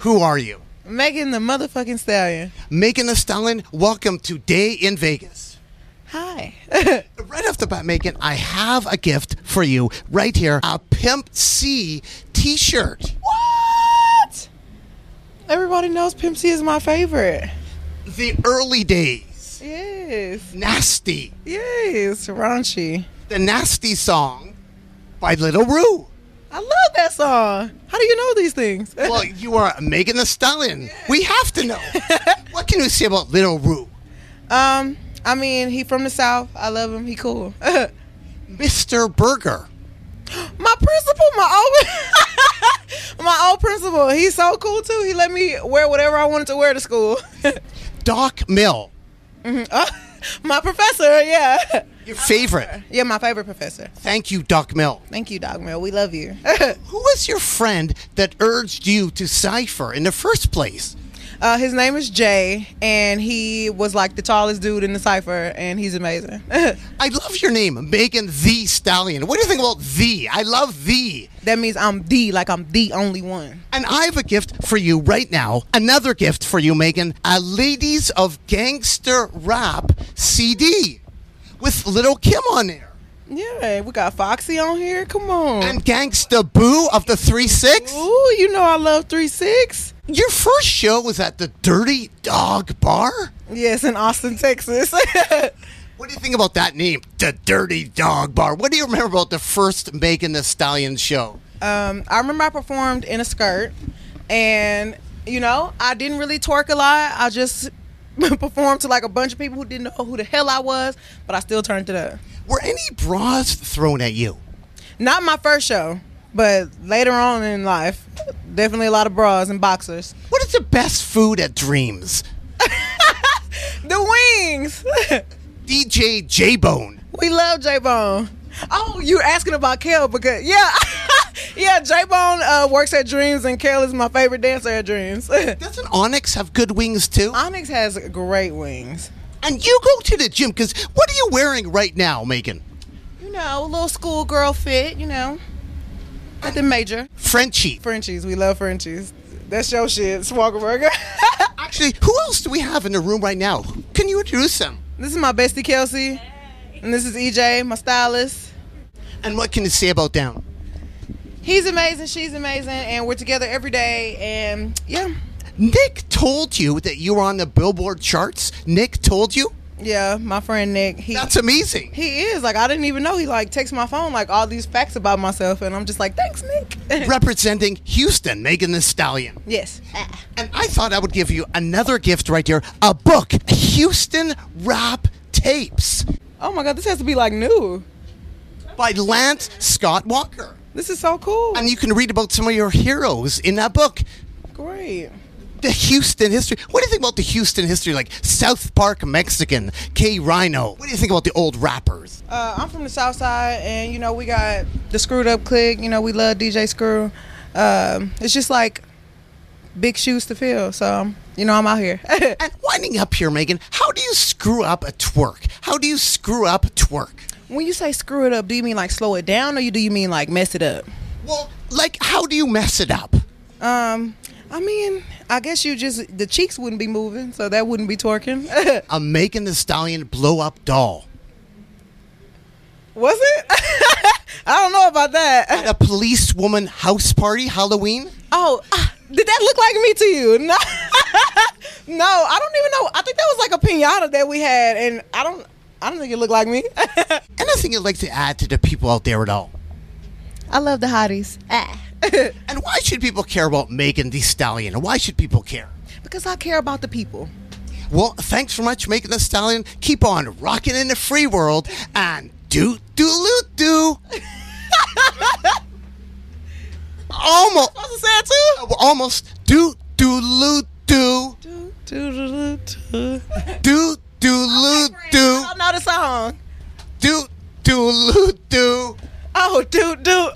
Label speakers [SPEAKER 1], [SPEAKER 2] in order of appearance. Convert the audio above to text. [SPEAKER 1] Who are you?
[SPEAKER 2] Megan the motherfucking stallion.
[SPEAKER 1] Megan the Stallion, welcome to Day in Vegas.
[SPEAKER 2] Hi.
[SPEAKER 1] Right off the bat, Megan, I have a gift for you right here a Pimp C t shirt.
[SPEAKER 2] what? Everybody knows Pimp C is my favorite.
[SPEAKER 1] The early days.
[SPEAKER 2] Yes.
[SPEAKER 1] Nasty.
[SPEAKER 2] Yes. Raunchy.
[SPEAKER 1] The Nasty song by Little Rue.
[SPEAKER 2] I love that song. How do you know these things?
[SPEAKER 1] Well, you are Megan the Stallion. We have to know. what can you say about Little Rue?
[SPEAKER 2] um, I mean, he from the South. I love him. He cool. my
[SPEAKER 1] Mr. Burger.
[SPEAKER 2] principal, my old my old principal. He's so cool too. He let me wear whatever I wanted to wear to school.
[SPEAKER 1] Doc Mill.
[SPEAKER 2] my professor, yeah.
[SPEAKER 1] Your favorite.
[SPEAKER 2] Yeah, my favorite professor.
[SPEAKER 1] Thank you, Doc Mill.
[SPEAKER 2] Thank you, Dog Mill. We love you.
[SPEAKER 1] Who was your friend that urged you to cipher in the first place?
[SPEAKER 2] Uh, his name is Jay, and he was like the tallest dude in the cipher, and he's amazing. that
[SPEAKER 1] I love your name, Megan the Stallion. What do you think about the? I love the.
[SPEAKER 2] means I'm the, like I'm the only one.
[SPEAKER 1] And I have a gift for you right now. Another gift for you, Megan. A Ladies of Gangster Rap CD with Little Kim on there.
[SPEAKER 2] Yeah, we got Foxy on here. Come on.
[SPEAKER 1] And Gangsta Boo of the 3 6.
[SPEAKER 2] Ooh, you know I love three six.
[SPEAKER 1] Your first show was at the Dirty Dog Bar?
[SPEAKER 2] Yes, in Austin, Texas.
[SPEAKER 1] What do you think about that name? The Dirty Dog Bar. What do you remember about the first Megan the Stallion show?
[SPEAKER 2] um, I remember I performed in a skirt, and you know I didn't really twerk a lot. I just performed to like a bunch of people who didn't know who the hell I was, but I still turned it up.
[SPEAKER 1] Were any bras thrown at you?
[SPEAKER 2] Not my first show, but later on in life, definitely a lot of bras and boxers.
[SPEAKER 1] What is the best food at Dreams?
[SPEAKER 2] The wings.
[SPEAKER 1] DJ J Bone.
[SPEAKER 2] we love J Bone. Oh, you're asking about Kel because yeah, yeah. J Bone uh, works at Dreams, and Kel is my favorite dancer at Dreams.
[SPEAKER 1] Doesn't Onyx have good wings too?
[SPEAKER 2] Onyx has great wings.
[SPEAKER 1] And you go to the gym because what are you wearing right now, Megan?
[SPEAKER 2] You know, a little schoolgirl fit. You know, at the major.
[SPEAKER 1] Frenchie.
[SPEAKER 2] Frenchies, we love Frenchies. That's your shit, Swaggerburger.
[SPEAKER 1] Actually, who else do we have in the room right now? Can you introduce them?
[SPEAKER 2] this is my bestie Kelsey, and this is EJ, my stylist.
[SPEAKER 1] And what can you say about them?
[SPEAKER 2] He's amazing, she's amazing, and we're together every day. And yeah,
[SPEAKER 1] Nick told you that you were on the Billboard charts. Nick told you?
[SPEAKER 2] yeah, my friend Nick, he
[SPEAKER 1] That's amazing.
[SPEAKER 2] he is like I didn't even know he like texts my phone like all these facts about myself, and I'm just like thanks Nick.
[SPEAKER 1] representing Houston, Megan the Stallion.
[SPEAKER 2] yes,
[SPEAKER 1] And I thought I would give you another gift right here a book, Houston Rap Tapes
[SPEAKER 2] oh my god, this has to be like new.
[SPEAKER 1] by Lance Scott Walker.
[SPEAKER 2] This is so cool.
[SPEAKER 1] And you can read about some of your heroes in that book.
[SPEAKER 2] Great.
[SPEAKER 1] The Houston history. What do you think about the Houston history? Like South Park Mexican, K Rhino. What do you think about the old rappers?
[SPEAKER 2] Uh, I'm from the South Side, and you know we got the Screwed Up Click. You know we love DJ Screw. Um, it's just like big shoes to fill, so um, you know I'm out here.
[SPEAKER 1] And winding up here, Megan, how do you screw up a twerk? How do you screw up twerk?
[SPEAKER 2] when you say screw it up, do you mean like slow it down, or you do you mean like mess it up?
[SPEAKER 1] Well, like, how do you mess it up?
[SPEAKER 2] Um, I mean, I guess you just the cheeks wouldn't be moving, so that wouldn't be twerking.
[SPEAKER 1] A Megan the Stallion blow up doll.
[SPEAKER 2] Was it? I don't know about that.
[SPEAKER 1] at a policewoman house party Halloween?
[SPEAKER 2] Oh, ah, did that look like me to you? No, no, I don't even know. I think that was like a pinata that we had, and I don't, I don't think it looked like me.
[SPEAKER 1] Anything you'd like to add to the people out there at all?
[SPEAKER 2] I love the hotties. Ah.
[SPEAKER 1] And why should people care about Megan the Stallion? And why should people care?
[SPEAKER 2] because I care about the people.
[SPEAKER 1] Well, thanks so much, Megan the Stallion. Keep on rocking in the free world and do do loot do. almost
[SPEAKER 2] That's sad too.
[SPEAKER 1] almost do do loot do
[SPEAKER 2] Do, do, do, do, do.
[SPEAKER 1] do do loot do
[SPEAKER 2] I don't know the song.
[SPEAKER 1] do do loot do.
[SPEAKER 2] Oh, do, do.